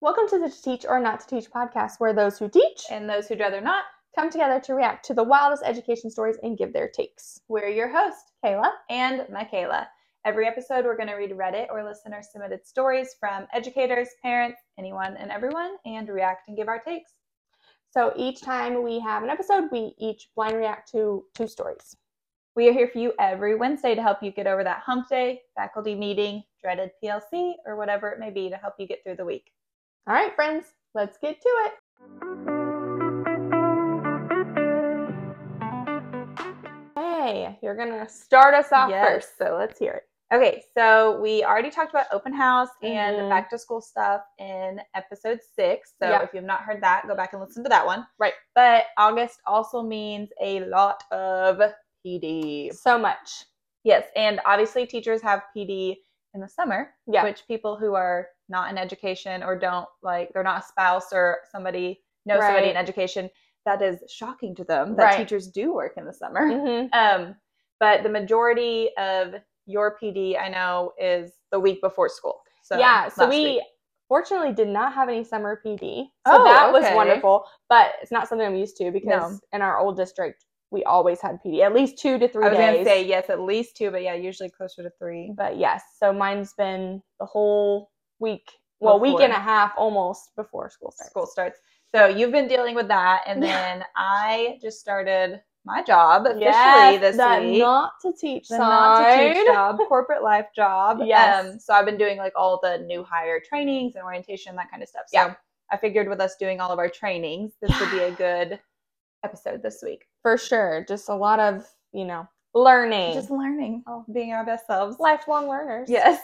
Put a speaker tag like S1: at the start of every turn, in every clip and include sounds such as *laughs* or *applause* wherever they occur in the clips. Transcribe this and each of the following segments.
S1: Welcome to the To Teach or Not to Teach podcast, where those who teach
S2: and those who'd rather not.
S1: come together to react to the wildest education stories and give their takes.
S2: We're your host,
S1: Kayla,
S2: and Michaela. Every episode, we're going to read Reddit or listener submitted stories from educators, parents, anyone and everyone, and react and give our takes.
S1: so each time we have an episode, we each blind react to two stories.
S2: We are here for you every Wednesday to help you get over that hump day, faculty meeting, dreaded PLC, or whatever it may be to help you get through the week.
S1: All right, friends, let's get to it. Hey, you're going to start us off
S2: Yes.
S1: first, so let's hear it.
S2: Okay, so we already talked about open house and
S1: Mhm.
S2: back to school stuff in episode six. So
S1: Yeah.
S2: if you've not heard that, go back and listen to that one.
S1: Right.
S2: But August also means a lot of PD.
S1: So much.
S2: Yes, and obviously teachers have PD in the summer,
S1: Yeah.
S2: which people who are not in education or don't like they're not a spouse or somebody knows somebody in
S1: Right.
S2: education, that is shocking to them that
S1: Right.
S2: teachers do work in the summer.
S1: hmm *laughs*
S2: Um, but the majority of your PD, I know, is the week before school. So
S1: yeah, so
S2: last
S1: we
S2: week.
S1: fortunately did not have any summer PD. So
S2: Oh,
S1: that was
S2: okay.
S1: wonderful, but it's not something I'm used to because
S2: No.
S1: in our old district, we always had PD, at least two to three
S2: I was
S1: days.
S2: gonna say yes, at least two, but yeah, usually closer to three.
S1: But yes, so mine's been the whole week, well, week and a
S2: Before.
S1: half almost before school starts.
S2: School starts. So you've been dealing with that, and
S1: Yeah.
S2: then I just started my job officially
S1: Yes,
S2: this
S1: that
S2: week.
S1: not to teach
S2: the
S1: side.
S2: non-teach job, corporate life job.
S1: *laughs*
S2: Um,
S1: Yes.
S2: so I've been doing like all the new hire trainings and orientation, that kind of stuff. So
S1: Yeah.
S2: I figured with us doing all of our trainings, this would be a good episode this week.
S1: For sure, just a lot of, you know, learning.
S2: Just learning, Oh, being our best selves.
S1: lifelong learners.
S2: *laughs* Yes.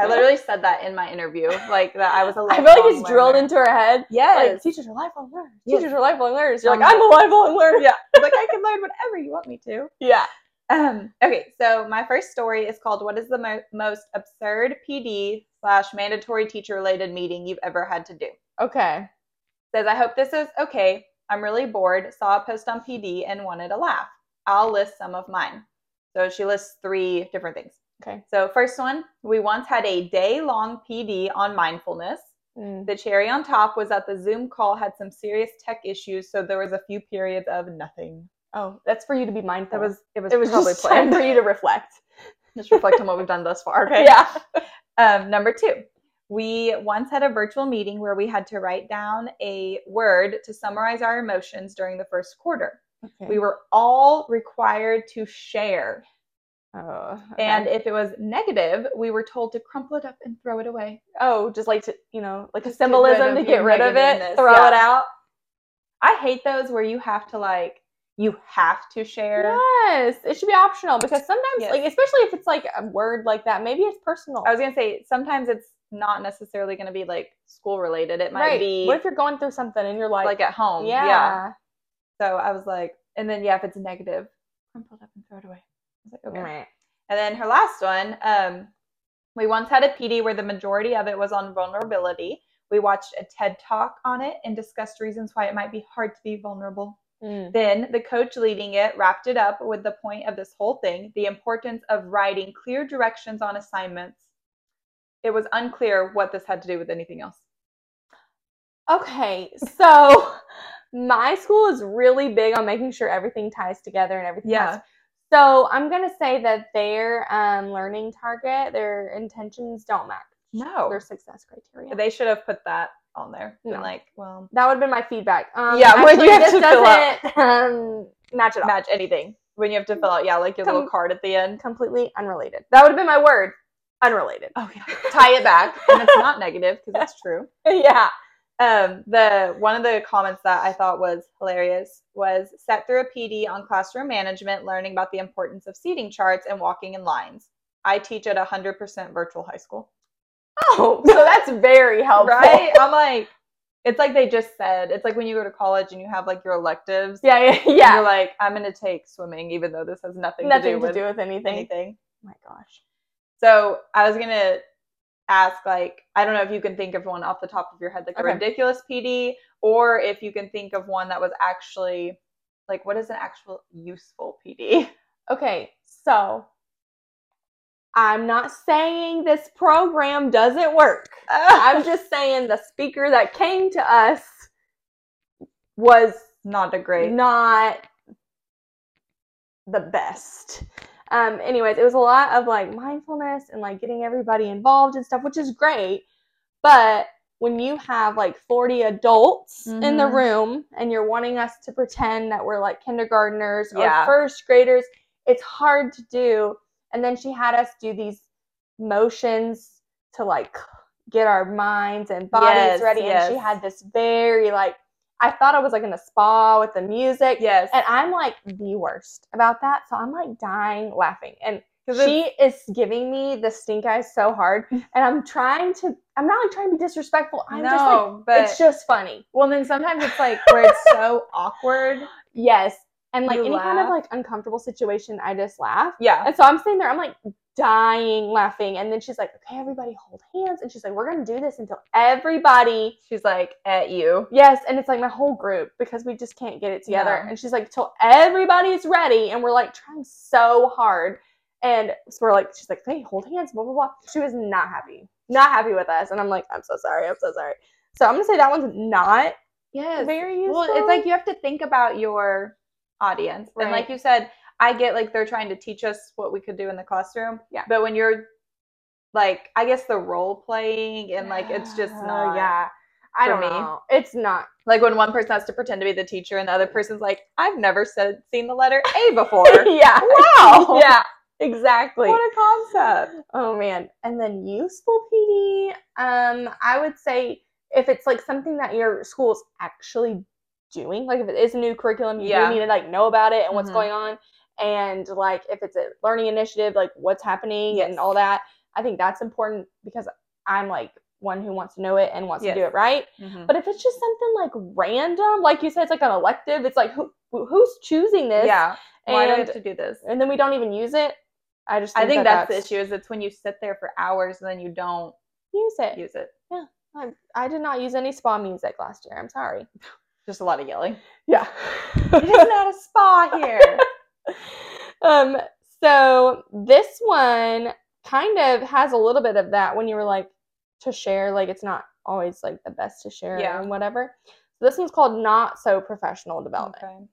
S2: I literally said that in my interview, like that *laughs* I was a
S1: I feel like it's
S2: lifelong
S1: drilled
S2: learner.
S1: into our head.
S2: Yes. Um,
S1: Like, teachers are lifelong learners.
S2: Yes.
S1: Teachers are lifelong learners. You're
S2: I'm
S1: like, I'm a lifelong learner.
S2: Yeah. like I can learn whatever you want me to.
S1: Yeah.
S2: Um, okay, so my first story is called "What is the mo- most absurd PD slash mandatory teacher related meeting you've ever had to do?"
S1: Okay.
S2: Says, "I hope this is okay. I'm really bored. Saw a post on PD and wanted a laugh. I'll list some of mine." So she lists three different things.
S1: Okay.
S2: So first one, we once had a day long PD on mindfulness.
S1: Mm.
S2: The cherry on top was that the Zoom call had some serious tech issues, so there was a few periods of nothing.
S1: Oh, that's for you to be mindful.
S2: That was it was,
S1: it was
S2: probably
S1: just *laughs* time
S2: planned.
S1: for you to reflect.
S2: *laughs* Just reflect on what we've done thus far. Okay.
S1: Yeah.
S2: Um, number two, we once had a virtual meeting where we had to write down a word to summarize our emotions during the first quarter.
S1: Okay.
S2: We were all required to share.
S1: oh,
S2: And
S1: and
S2: if it was negative, we were told to crumple it up and throw it away.
S1: oh, just like to you know, like a
S2: Just get rid
S1: symbolism to
S2: of
S1: get
S2: your
S1: rid of it,
S2: negativeness,
S1: throw
S2: yeah.
S1: it out.
S2: I hate those where you have to like you have to share.
S1: Yes, it should be optional because sometimes,
S2: Yes.
S1: like especially if it's like a word like that, maybe it's personal.
S2: I was gonna say sometimes it's not necessarily gonna be like school related. It might
S1: right.
S2: be
S1: what if you're going through something and you're like,
S2: like at home.
S1: yeah,
S2: So I was like, and then yeah, if it's negative, crumple it up and throw it away. I was like, okay.
S1: Right.
S2: And then her last one, um, we once had a PD where the majority of it was on vulnerability. We watched a TED talk on it and discussed reasons why it might be hard to be vulnerable.
S1: Mm.
S2: Then the coach leading it wrapped it up with the point of this whole thing the importance of writing clear directions on assignments. It was unclear what this had to do with anything else.
S1: Okay, so *laughs* my school is really big on making sure everything ties together and everything. has So I'm gonna say that their um, learning target, their intentions don't match
S2: No.
S1: their success criteria.
S2: Oh. They should have put that on there. Been
S1: No.
S2: like, well,
S1: that would have been my feedback. Um,
S2: Yeah, *laughs* when
S1: actually,
S2: you have
S1: this
S2: to fill up.
S1: doesn't um, match at all.
S2: match anything. When you have to fill out, yeah, like your little
S1: Com-
S2: card at the end.
S1: Completely unrelated. That would have been my word. Unrelated.
S2: Oh yeah. *laughs* Tie it back, and it's not negative because *laughs* that's true.
S1: *laughs* yeah.
S2: Um, the one of the comments that I thought was hilarious was set through a PD on classroom management, learning about the importance of seating charts and walking in lines. I teach at 100% virtual high school.
S1: Oh, so that's very
S2: Oh,
S1: helpful.
S2: Right? I'm like, it's like they just said. It's like when you go to college and you have like your electives.
S1: Yeah, yeah,
S2: and
S1: yeah.
S2: You're like, I'm gonna take swimming, even though this has nothing,
S1: Nothing
S2: to do with
S1: anything.
S2: anything.
S1: Oh my gosh.
S2: So I was gonna ask, like, I don't know if you can think of one off the top of your head, like
S1: Okay.
S2: a ridiculous PD, or if you can think of one that was actually *laughs* like, what is an actual useful PD?
S1: Okay, so I'm not saying this program doesn't
S2: *laughs*
S1: work.
S2: Ah,
S1: I'm just saying the speaker that came to us was
S2: Not a great.
S1: not the best. Um, anyways, it was a lot of like mindfulness and like getting everybody involved and stuff, which is great. But when you have like 40 adults in the
S2: Mhm.
S1: room and you're wanting us to pretend that we're like kindergarteners
S2: Yeah.
S1: or first graders, it's hard to do. And then she had us do these motions to like get our minds and bodies
S2: Yes,
S1: ready. And she
S2: yes.
S1: had this very like, I thought I was like in a spa with the music.
S2: Yes.
S1: And I'm like the worst about that. So I'm like dying laughing. And
S2: 'Cause
S1: she is giving me the stink eye so
S2: *laughs*
S1: hard. And I'm trying to, I'm not like trying to be disrespectful. I'm just like,
S2: no, but
S1: it's just funny.
S2: well, then sometimes it's like where it's so *laughs* awkward.
S1: Yes. And like
S2: You
S1: any kind of
S2: laugh.
S1: like uncomfortable situation, I just laugh.
S2: Yeah.
S1: And so I'm sitting there, I'm like dying laughing. And then she's like, okay, everybody hold hands. And she's like, we're going to do this until everybody
S2: She's like at you.
S1: Yes, and it's like my whole group because we just can't get it together.
S2: No.
S1: And she's like, till everybody's ready, and we're like trying so hard. And so we're like, she's like, hey, hold hands, blah blah blah. She was not happy, not happy with us, and I'm like, I'm so sorry, I'm so sorry. So I'm gonna say that one's not
S2: Yes.
S1: very useful.
S2: Well, it's like you have to think about your audience. And like
S1: Right.
S2: you said, I get like they're trying to teach us what we could do in the classroom.
S1: Yeah.
S2: But when you're like, I guess the role playing and like it's just not.
S1: yeah, I
S2: for
S1: don't
S2: me.
S1: know. It's
S2: *laughs*
S1: not.
S2: Like when one person has to pretend to be the teacher and the other person's like, I've never said seen the letter *laughs* A before.
S1: *laughs* yeah.
S2: wow.
S1: *laughs* Yeah. Exactly.
S2: What a concept.
S1: Oh man. And then useful PD. Um, I would say if it's like something that your school is actually doing, like if it is a new curriculum, you
S2: Yeah.
S1: do need to like know about it and what's
S2: Mhm.
S1: going on. And like if it's a learning initiative, like what's happening
S2: Yes.
S1: and all that. I think that's important because I'm like one who wants to know it and wants
S2: Yes.
S1: to do it right.
S2: Mm-hmm.
S1: But if it's just something like random, like you said, it's like an elective, it's like who who's choosing this?
S2: yeah. Why do we
S1: And
S2: have to do this?
S1: and then we don't even use it. I just
S2: I think
S1: that
S2: that's, the issue is it's when you sit there for hours and then you don't
S1: Use it.
S2: use it.
S1: I did not use any spa music last year. I'm sorry.
S2: Just a lot of yelling.
S1: Yeah.
S2: *laughs* it is not a spa *laughs* here.
S1: um, so this one kind of has a little bit of that when you were like to share, like it's not always like the best to share
S2: Yeah.
S1: and whatever. So this one's called Not So Professional Development.
S2: Okay.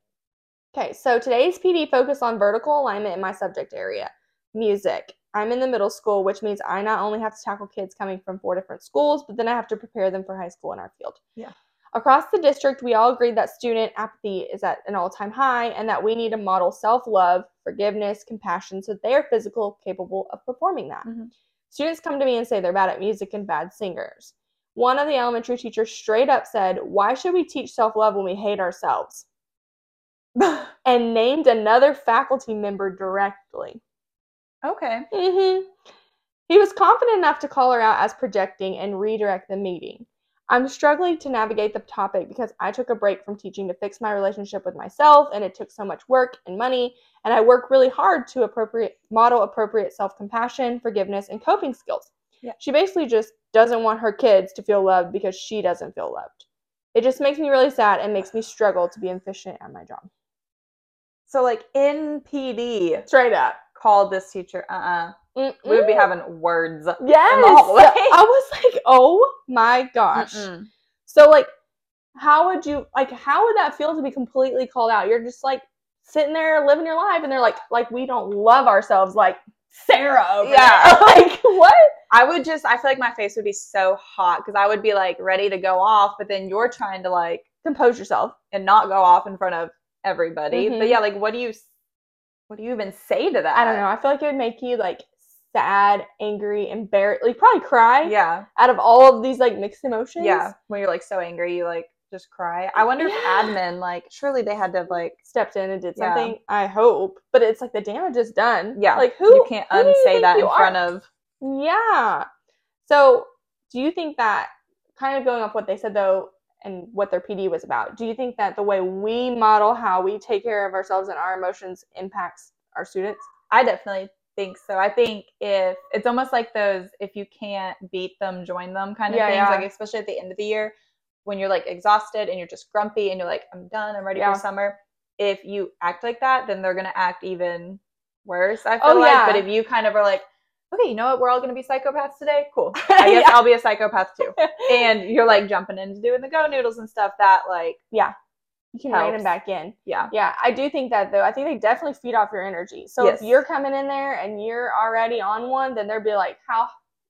S1: Okay, so today's PD focused on vertical alignment in my subject area music. I'm in the middle school, which means I not only have to tackle kids coming from four different schools, but then I have to prepare them for high school in our field.
S2: Yeah.
S1: Across the district, we all agreed that student apathy is at an all time high and that we need to model self love, forgiveness, compassion so they are physical capable of performing that.
S2: Mhm.
S1: Students come to me and say they're bad at music and bad singers. One of the elementary teachers straight up said, Why should we teach self love when we hate ourselves? and named another faculty member directly.
S2: *laughs* okay. Mm-hmm.
S1: hmm He was confident enough to call her out as projecting and redirect the meeting. I'm struggling to navigate the topic because I took a break from teaching to fix my relationship with myself, and it took so much work and money. And I work really hard to appropriate model appropriate self compassion, forgiveness, and coping skills.
S2: Yeah.
S1: She basically just doesn't want her kids to feel loved because she doesn't feel loved. It just makes me really sad and makes me struggle to be efficient at my job.
S2: So like NPD
S1: Straight up.
S2: called this teacher. Uh uh We would be having words.
S1: Yes.
S2: hallway.
S1: I was like, oh my gosh.
S2: Mm-mm.
S1: So like how would you like how would that feel to be completely called out? You're just like sitting there living your life and they're like like we don't love ourselves like Sarah over
S2: Yeah.
S1: there. *laughs*
S2: *laughs*
S1: like what?
S2: I would just. I feel like my face would be so hot because I would be like ready to go off, but then you're trying to like
S1: Compose yourself.
S2: and not go off in front of everybody. But
S1: Mhm.
S2: yeah, like what do you, s- what do you even say to that?
S1: I don't know. I feel like it would make you like sad, angry, embarrassed, like probably cry
S2: Yeah,
S1: out of all of these like mixed emotions.
S2: yeah. When you're like so angry, you like just cry. I wonder if
S1: Yeah.
S2: admin like surely they had to have like
S1: Stepped in and did
S2: Yeah.
S1: something. I hope, but it's like the damage is done.
S2: Yeah.
S1: like who
S2: you can't
S1: who do you
S2: unsay
S1: think
S2: that in
S1: you
S2: front
S1: are?
S2: of
S1: Yeah. So, do you think that kind of going off what they said though and what their PD was about, do you think that the way we model how we take care of ourselves and our emotions impacts our students?
S2: I definitely think so. I think if it's almost like those if you can't beat them, join them kind of
S1: Yeah,
S2: things,
S1: yeah.
S2: like especially at the end of the year when you're like exhausted and you're just grumpy and you're like, I'm done, I'm ready
S1: Yeah.
S2: for summer. If you act like that, then they're gonna act even worse, I feel
S1: Oh,
S2: like. But
S1: yeah.
S2: if you kind of are like, okay, you know what? We're all going to be psychopaths today.
S1: *laughs*
S2: Cool. I guess I'll be a psychopath too. And you're like jumping into doing the go noodles and stuff that like,
S1: you can rein
S2: helps.
S1: them back in.
S2: yeah.
S1: Yeah, I do think that though. I think they definitely feed off your energy. So
S2: Yes.
S1: if you're coming in there and you're already on one, then they'd be like, "How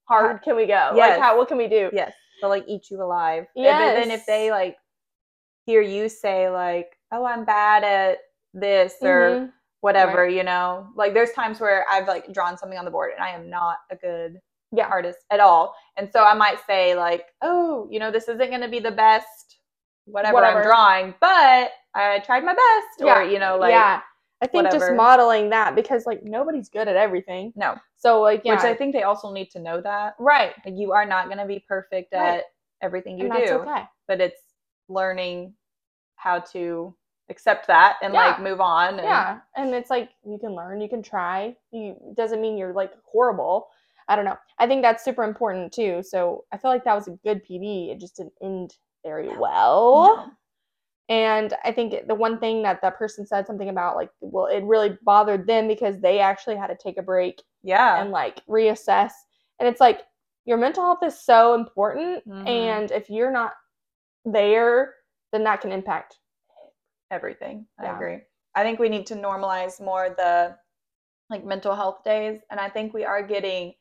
S1: hard can we go?
S2: Yes.
S1: Like, how what can we *laughs* do?"
S2: Yes. They'll like eat you alive. And
S1: Yes.
S2: then if they like hear you say like, oh, I'm bad at this or
S1: Mhm.
S2: whatever, you know. Like there's times where I've like drawn something on the board and I am not a good
S1: Yeah.
S2: artist at all. And so I might say like, "Oh, you know, this isn't going to be the best whatever,
S1: Whatever.
S2: I'm drawing, but I tried my best."
S1: Yeah.
S2: Or, you know, like
S1: yeah, I think just
S2: whatever.
S1: modeling that because like nobody's good at everything.
S2: no.
S1: So like, yeah,
S2: Which I think they also need to know that.
S1: right,
S2: Like you are not going to be perfect at
S1: Right.
S2: everything you
S1: and
S2: do,
S1: that's okay.
S2: but it's learning how to accept that and
S1: Yeah.
S2: like move on and
S1: Yeah, and it's like you can learn, you can try. You doesn't mean you're like horrible. I don't know. I think that's super important too. So I feel like that was a good PD. It just didn't end very well.
S2: No.
S1: And I think it- the one thing that that person said something about, like, well, it really bothered them because they actually had to take a break
S2: yeah.
S1: and like reassess. And it's like your mental health is so important,
S2: Mhm.
S1: and if you're not there, then that can impact.
S2: everything. I
S1: Yeah.
S2: agree. I think we need to normalize more the like mental health days, and I think we are getting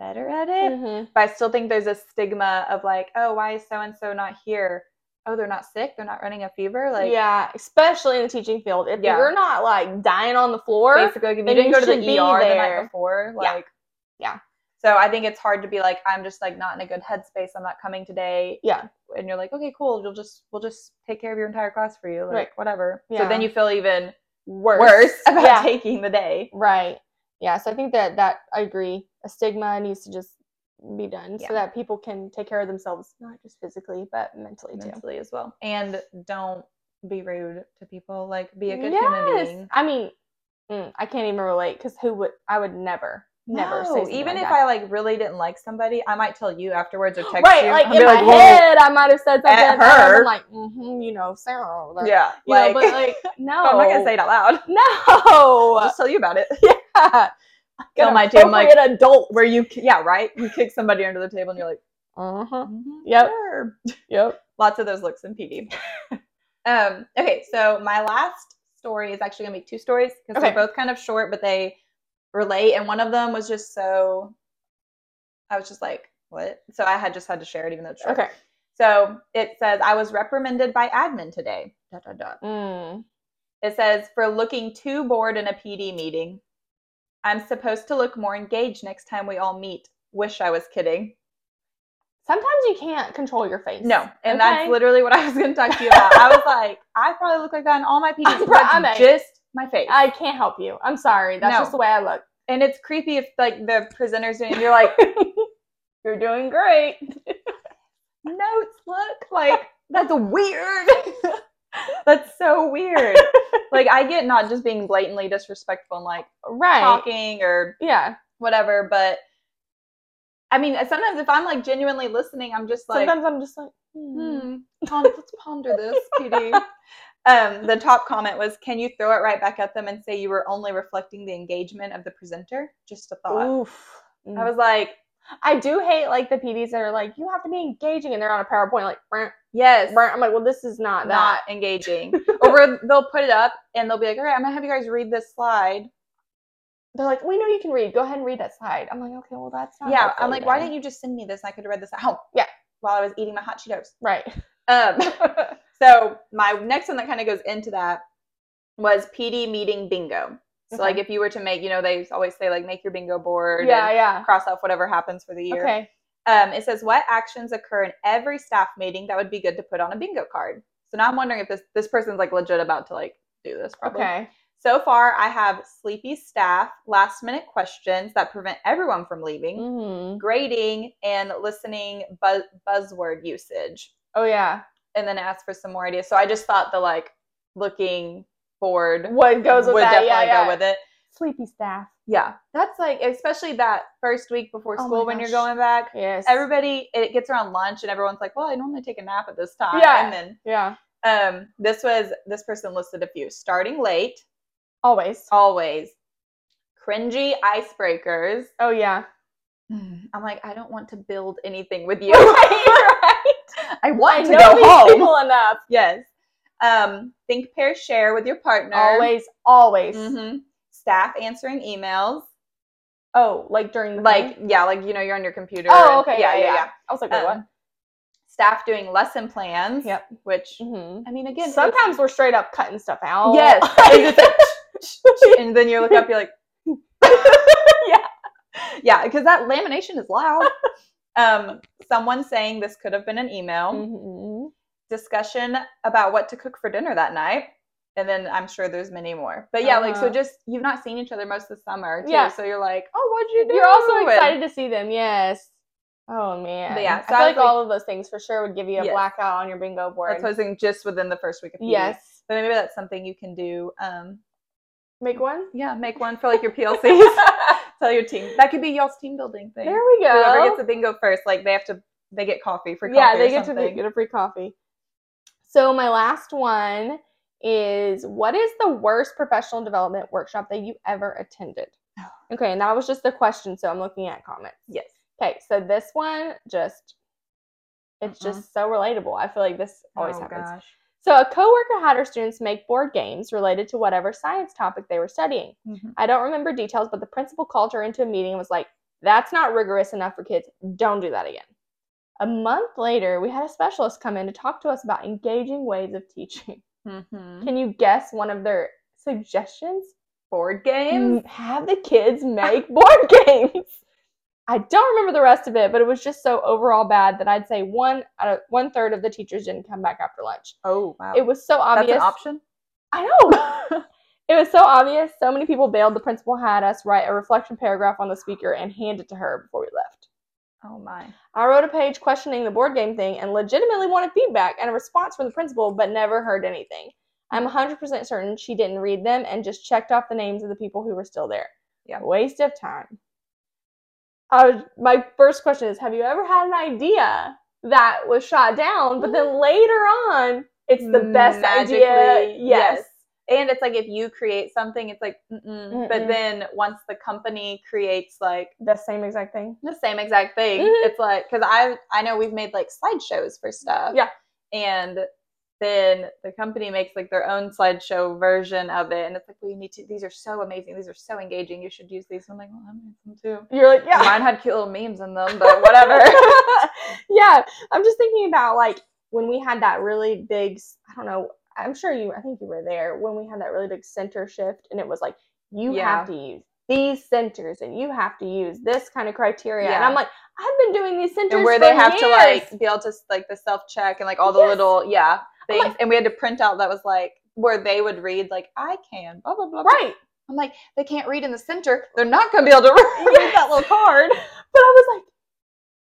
S2: better at it.
S1: Mm-hmm.
S2: But I still think there's a stigma of like, oh, why is so and so not here? Oh, they're not sick. They're not running a fever. Like,
S1: yeah, especially in the teaching field, if
S2: Yeah.
S1: you're not like dying on the floor,
S2: basically, like, if you
S1: then
S2: didn't
S1: you
S2: go to the
S1: should be
S2: ER the night
S1: there.
S2: before,
S1: Yeah.
S2: like,
S1: Yeah.
S2: So I think it's hard to be like, I'm just like not in a good headspace. I'm not coming today.
S1: Yeah.
S2: And you're like, okay, cool. You'll just we'll just take care of your entire class for you. Like,
S1: Right.
S2: whatever. So
S1: Yeah.
S2: then you feel even
S1: worse,
S2: worse
S1: *laughs*
S2: about
S1: Yeah.
S2: taking the day.
S1: Right. Yeah. So I think that that I agree. A stigma needs to just be done
S2: Yeah.
S1: so that people can take care of themselves, not just physically, but mentally too.
S2: mentally as well. And don't be rude to people. Like be a good human
S1: Yes!
S2: being.
S1: I mean, mm, I can't even relate because who would I would never, never say
S2: No,
S1: something
S2: even
S1: like
S2: if
S1: that.
S2: I like really didn't like somebody, I might tell you afterwards or text
S1: right,
S2: you.
S1: like
S2: I'll
S1: in
S2: be
S1: my
S2: "Whoa."
S1: head, I might have said something.
S2: At
S1: and then
S2: her.
S1: I'm like, mm-hmm, you know,
S2: *laughs*
S1: Sarah. Like,
S2: Yeah,
S1: you know,
S2: like,
S1: but like, no,
S2: *laughs* I'm not gonna say it out loud. I'll
S1: no. *laughs*
S2: just tell you about it.
S1: Like
S2: Tell
S1: an
S2: my team, like-
S1: appropriate adult.
S2: Where you, yeah, right. You kick somebody under the table and you're like,
S1: Uh-huh.
S2: "Mhm,
S1: Yep.
S2: sure."
S1: Yep.
S2: Lots of those looks in PD. *laughs* um. Okay, so my last story is actually gonna be two stories because
S1: Okay.
S2: they're both kind of short, but they relate. And one of them was just so, I was just like, "What?" So I had just had to share it, even though it's short.
S1: Okay.
S2: So it says, I was reprimanded by admin today. Dot, dot, dot.
S1: Mm.
S2: It says, for looking too bored in a PD meeting. I'm supposed to look more engaged next time we all meet. Wish I was kidding.
S1: Sometimes you can't control your face.
S2: No. And
S1: Okay.
S2: that's literally what I was going to talk to you about. I
S1: *laughs*
S2: was like, I probably look like that in all my PDs.
S1: I'm
S2: but
S1: pro- I'm
S2: that's
S1: a-
S2: just my face.
S1: I can't help you. I'm sorry. That's
S2: No.
S1: just the way I look.
S2: and it's creepy if like the presenter's doing,
S1: *laughs*
S2: you're like,
S1: You're doing great.
S2: notes look like that's weird *laughs* that's so
S1: *laughs*
S2: weird like i get not just being blatantly disrespectful and like
S1: Right.
S2: talking or
S1: Yeah.
S2: whatever but i mean sometimes if i'm like genuinely listening i'm just like
S1: Sometimes I'm just like, hmm.
S2: hmm pon- let's ponder this pd *laughs* um the top comment was can you throw it right back at them and say you were only reflecting the engagement of the presenter just a thought
S1: Oof.
S2: i
S1: I, was,
S2: was like
S1: I do hate like the PDs that are like, you have to be engaging and they're on a PowerPoint like, brr,
S2: yes
S1: brr. I'm like, well, this is not
S2: not
S1: that. *laughs*
S2: engaging. or where they'll put it up and they'll be like, all right, I'm gonna have you guys read this slide.
S1: They're like, we know you can read. Go ahead and read that slide. I'm like, okay, well, that's not.
S2: yeah.
S1: helpful
S2: I'm like, why
S1: then."
S2: didn't you just send me this? I could have read this at home.
S1: Yeah.
S2: While I was eating my hot Cheetos.
S1: Right.
S2: Um, *laughs* so my next one that kind of goes into that was PD meeting bingo. So
S1: Okay.
S2: like if you were to make, you know, they always say like make your bingo board
S1: yeah,
S2: and
S1: yeah.
S2: cross off whatever happens for the year.
S1: Okay.
S2: Um, it says what actions occur in every staff meeting that would be good to put on a bingo card. So now I'm wondering if this this person's like legit about to like do this probably.
S1: Okay.
S2: So far, I have sleepy staff, last minute questions that prevent everyone from leaving,
S1: hmm
S2: grading, and listening buzz- buzzword usage.
S1: Oh, yeah.
S2: And then ask for some more ideas. So I just thought the like looking board *laughs*
S1: What goes with
S2: would
S1: that?
S2: definitely
S1: Yeah, yeah.
S2: go with it.
S1: Sleepy staff.
S2: Yeah. That's like, especially that first week before
S1: Oh my
S2: school when you're
S1: gosh.
S2: going back.
S1: Yes.
S2: Everybody, it gets around lunch and everyone's like, well, I normally take a nap at this time.
S1: Yeah.
S2: And then
S1: Yeah.
S2: um, this was, this person listed a few starting late,
S1: Always.
S2: always cringy icebreakers.
S1: Oh yeah. Mm.
S2: I'm like, I don't want to build anything with
S1: *laughs*
S2: you. *laughs*
S1: right.
S2: I want
S1: I
S2: to
S1: know
S2: go
S1: these
S2: home.
S1: people enough.
S2: Yes. Um, think, pair, share with your partner.
S1: Always, always.
S2: Mhm. Staff answering emails.
S1: Oh, like during the
S2: Like,
S1: thing?
S2: yeah, like, you know, you're on your computer.
S1: Oh,
S2: and-
S1: okay. Yeah, yeah, yeah. I was like, wait,
S2: Um, Staff doing lesson plans.
S1: Yep.
S2: Which,
S1: what? hmm
S2: I mean, again,
S1: Sometimes we're straight up cutting stuff out. *laughs*
S2: Yes. It's just like, and then you look up, you're like, *laughs* yeah. Yeah, because that lamination is
S1: *laughs*
S2: loud. Um, someone saying this could have been an email. Mm-hmm.
S1: Mhm.
S2: discussion about what to cook for dinner that night. And then I'm sure there's many more. But yeah, like so
S1: Uh-huh.
S2: just you've not seen each other most of the summer. Too,
S1: Yeah.
S2: So you're like, oh, what'd you do?
S1: You're also
S2: And-
S1: excited to see them. Yes. Oh man.
S2: But yeah,
S1: I
S2: so
S1: feel
S2: I was
S1: like,
S2: like-
S1: all of those things for sure would give you a
S2: Yes.
S1: blackout on your bingo board.
S2: That's what I was saying, just within the first week of PD.
S1: yes.
S2: But maybe that's something you can do. Um,
S1: Make one.
S2: yeah, make one for *laughs* like your PLCs. Tell your team. That could be y'all's team building thing.
S1: There we go.
S2: Whoever gets the bingo first, like they have to they get coffee for coffee.
S1: yeah,
S2: or
S1: they get to
S2: something.
S1: get a free coffee. So my last one is what is the worst professional development workshop that you ever
S2: *sighs*
S1: attended? Okay, and that was just the question, so I'm looking at comments.
S2: Yes.
S1: Okay, so this one just it's
S2: Mhm.
S1: just so relatable. I feel like this always
S2: oh,
S1: happens.
S2: gosh.
S1: So a coworker had her students make board games related to whatever science topic they were studying.
S2: Mhm.
S1: I don't remember details, but the principal called her into a meeting and was like, That's not rigorous enough for kids. Don't do that again. A month later, we had a specialist come in to talk to us about engaging ways of
S2: *laughs*
S1: teaching.
S2: Mhm.
S1: Can you guess one of their suggestions?
S2: Board games.
S1: M- Have the kids make *laughs* board games. I don't remember the rest of it, but it was just so overall bad that I'd say one out of one third of the teachers didn't come back after lunch.
S2: Oh wow.
S1: It was so
S2: that's
S1: obvious.
S2: an option.
S1: I know. *laughs* it was so obvious. So many people bailed. The principal had us write a reflection paragraph on the speaker and hand it to her before we left.
S2: Oh my.
S1: I wrote a page questioning the board game thing and legitimately wanted feedback and a response from the principal, but never heard anything. I'm 100% certain she didn't read them and just checked off the names of the people who were still there.
S2: Yeah.
S1: Waste of time. I was, my first question is Have you ever had an idea that was shot down, but
S2: Mm-hmm.
S1: then later on, it's the best idea?
S2: Magically,
S1: Yes.
S2: and it's like if you create something it's like mm mm but
S1: Mm-mm.
S2: then once the company creates like
S1: The same exact thing.
S2: the same exact thing
S1: Mhm.
S2: it's like because i i know we've made like slideshows for stuff
S1: Yeah.
S2: and then the company makes like their own slideshow version of it and it's like we need to these are so amazing these are so engaging you should use these i'm like well i'm using them too
S1: You're like, yeah,
S2: mine had cute little memes in them but
S1: *laughs*
S2: whatever
S1: yeah. I'm just thinking about like when we had that really big. s- I don't know. I'm sure you. I think you were there when we had that really big center shift, and it was like you
S2: Yeah.
S1: have to use these centers, and you have to use this kind of criteria. And
S2: Yeah.
S1: I'm like, I've been doing these centers
S2: and where they
S1: for
S2: have to
S1: years."
S2: like be able to like the self check and like all the
S1: Yes.
S2: little yeah
S1: I'm
S2: things, and we had to print out that was like where they would read like I can blah blah blah. blah.
S1: right.
S2: I'm like they can't read in the center. They're not gonna be able to *laughs* read
S1: Yes.
S2: that little card.
S1: *laughs* But I was like,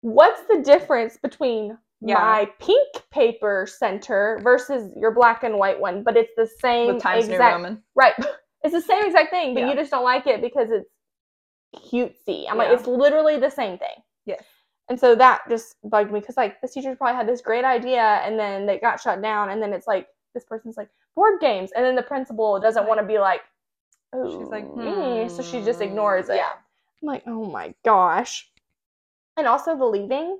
S1: what's the difference between
S2: Yeah.
S1: my pink paper center versus your black and white one? But it's the same
S2: With Times New
S1: exact
S2: Roman.
S1: Right. *laughs* It's the same exact thing, but
S2: Yeah.
S1: you just don't like it because it's cutesy. I'm like,
S2: Yeah.
S1: it's literally the same thing.
S2: Yes.
S1: And so that just bugged me because like this teacher probably had this great idea and then it got shut down and then it's like this person's like board games and then the principal doesn't want to be like, oh,
S2: She's like,
S1: so she just ignores
S2: "Hmm,
S1: it.
S2: Yeah,
S1: I'm like, oh my gosh. And also the leaving.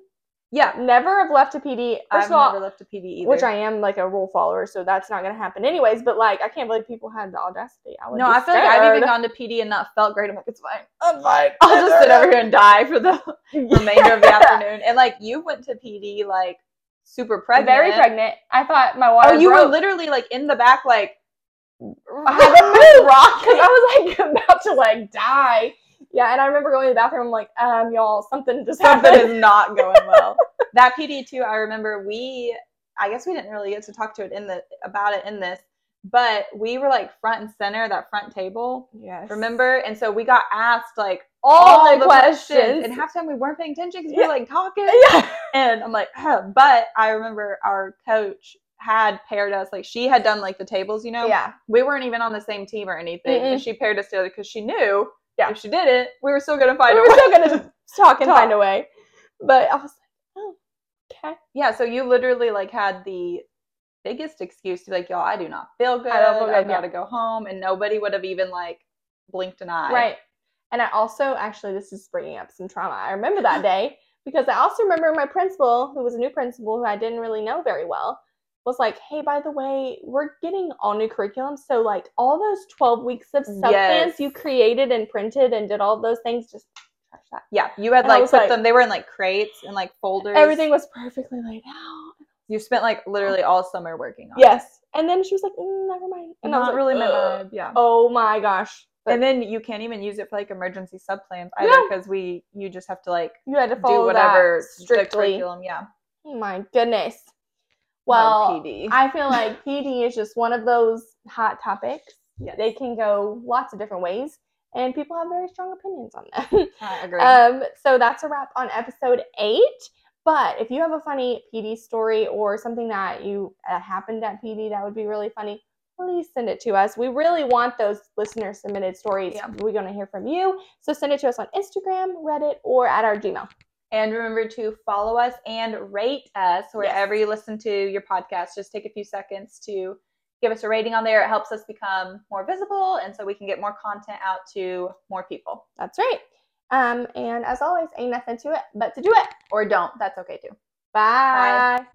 S2: yeah.
S1: Never have left a PD. First
S2: I've
S1: of all,
S2: never left a PD either.
S1: which I am like a rule follower, so that's not gonna happen anyways. But like, I can't believe people had the audacity. I would
S2: no,
S1: be
S2: I feel like I've
S1: scared.
S2: even gone to PD and not felt great. I'm like it's fine.
S1: I'm like,
S2: I'll just sit over here and die for the *laughs* remainder of the
S1: *laughs* Yeah.
S2: afternoon. And like you went to PD like super pregnant.
S1: Very pregnant. I thought my water.
S2: Oh, you were
S1: broke.
S2: literally like in the back, like
S1: *laughs* I haven't
S2: *laughs*
S1: moved rock because I was like *laughs* about to like die. Yeah, and I remember going to the bathroom. I'm like, um, y'all, something just
S2: something
S1: happened. *laughs*
S2: is not going well. that PD too. I remember we. I guess we didn't really get to talk to it in the about it in this, but we were like front and center that front table.
S1: Yes.
S2: Remember? And so we got asked like
S1: all,
S2: all
S1: the questions.
S2: and half the time we weren't paying attention because we were
S1: Yeah.
S2: like talking.
S1: *laughs* yeah.
S2: And I'm like, "Huh." but I remember our coach had paired us like she had done like the tables, you know.
S1: yeah.
S2: we weren't even on the same team or anything.
S1: Mm-mm.
S2: And she paired us together because she knew
S1: Yeah.
S2: if she didn't, we were still gonna find
S1: We
S2: a
S1: were
S2: way.
S1: still gonna talk and
S2: Talk.
S1: find a way. But I was like, oh, okay.
S2: yeah, so you literally like had the biggest excuse to be like, y'all, I do not feel good. I
S1: don't feel good,
S2: gotta go home, and nobody would have even like blinked an eye.
S1: Right. And I also, actually, this is bringing up some trauma. I remember *laughs* that day because I also remember my principal, who was a new principal who I didn't really know very well, was like, hey, by the way, we're getting all new curriculum. So, like, all those 12 weeks of substance
S2: Yes.
S1: you created and printed and did all those things, just trash that.
S2: Yeah, you had
S1: And I
S2: like
S1: was
S2: put
S1: like-
S2: them. They were in like crates and like folders.
S1: Everything was perfectly laid out.
S2: You spent like literally all summer working on. it.
S1: Yes. And then she was like, mm, never mind. And I was like,
S2: not really my
S1: "Ugh."
S2: vibe. Yeah.
S1: Oh my gosh. But
S2: and then you can't even use it for like emergency sub plans either
S1: No.
S2: because we you just have to like
S1: you had to
S2: do
S1: follow
S2: whatever
S1: that
S2: the
S1: strictly.
S2: curriculum. Yeah.
S1: My goodness.
S2: No
S1: Well,
S2: PD.
S1: I feel like *laughs* PD is just one of those hot topics.
S2: Yes.
S1: They can go lots of different ways, and people have very strong opinions on them.
S2: I agree.
S1: *laughs* um, so that's a wrap on episode eight. But if you have a funny PD story or something that you that happened at PD that would be really funny, please send it to us. We really want those listener submitted stories.
S2: Yeah.
S1: We're going to hear from you. So send it to us on Instagram, Reddit, or at our Gmail.
S2: and remember to follow us and rate us wherever
S1: Yes.
S2: you listen to your podcast. Just take a few seconds to give us a rating on there. It helps us become more visible and so we can get more content out to more people.
S1: That's right. Um, and as always, ain't nothing to it but to do it.
S2: Or don't. That's okay too.
S1: Bye.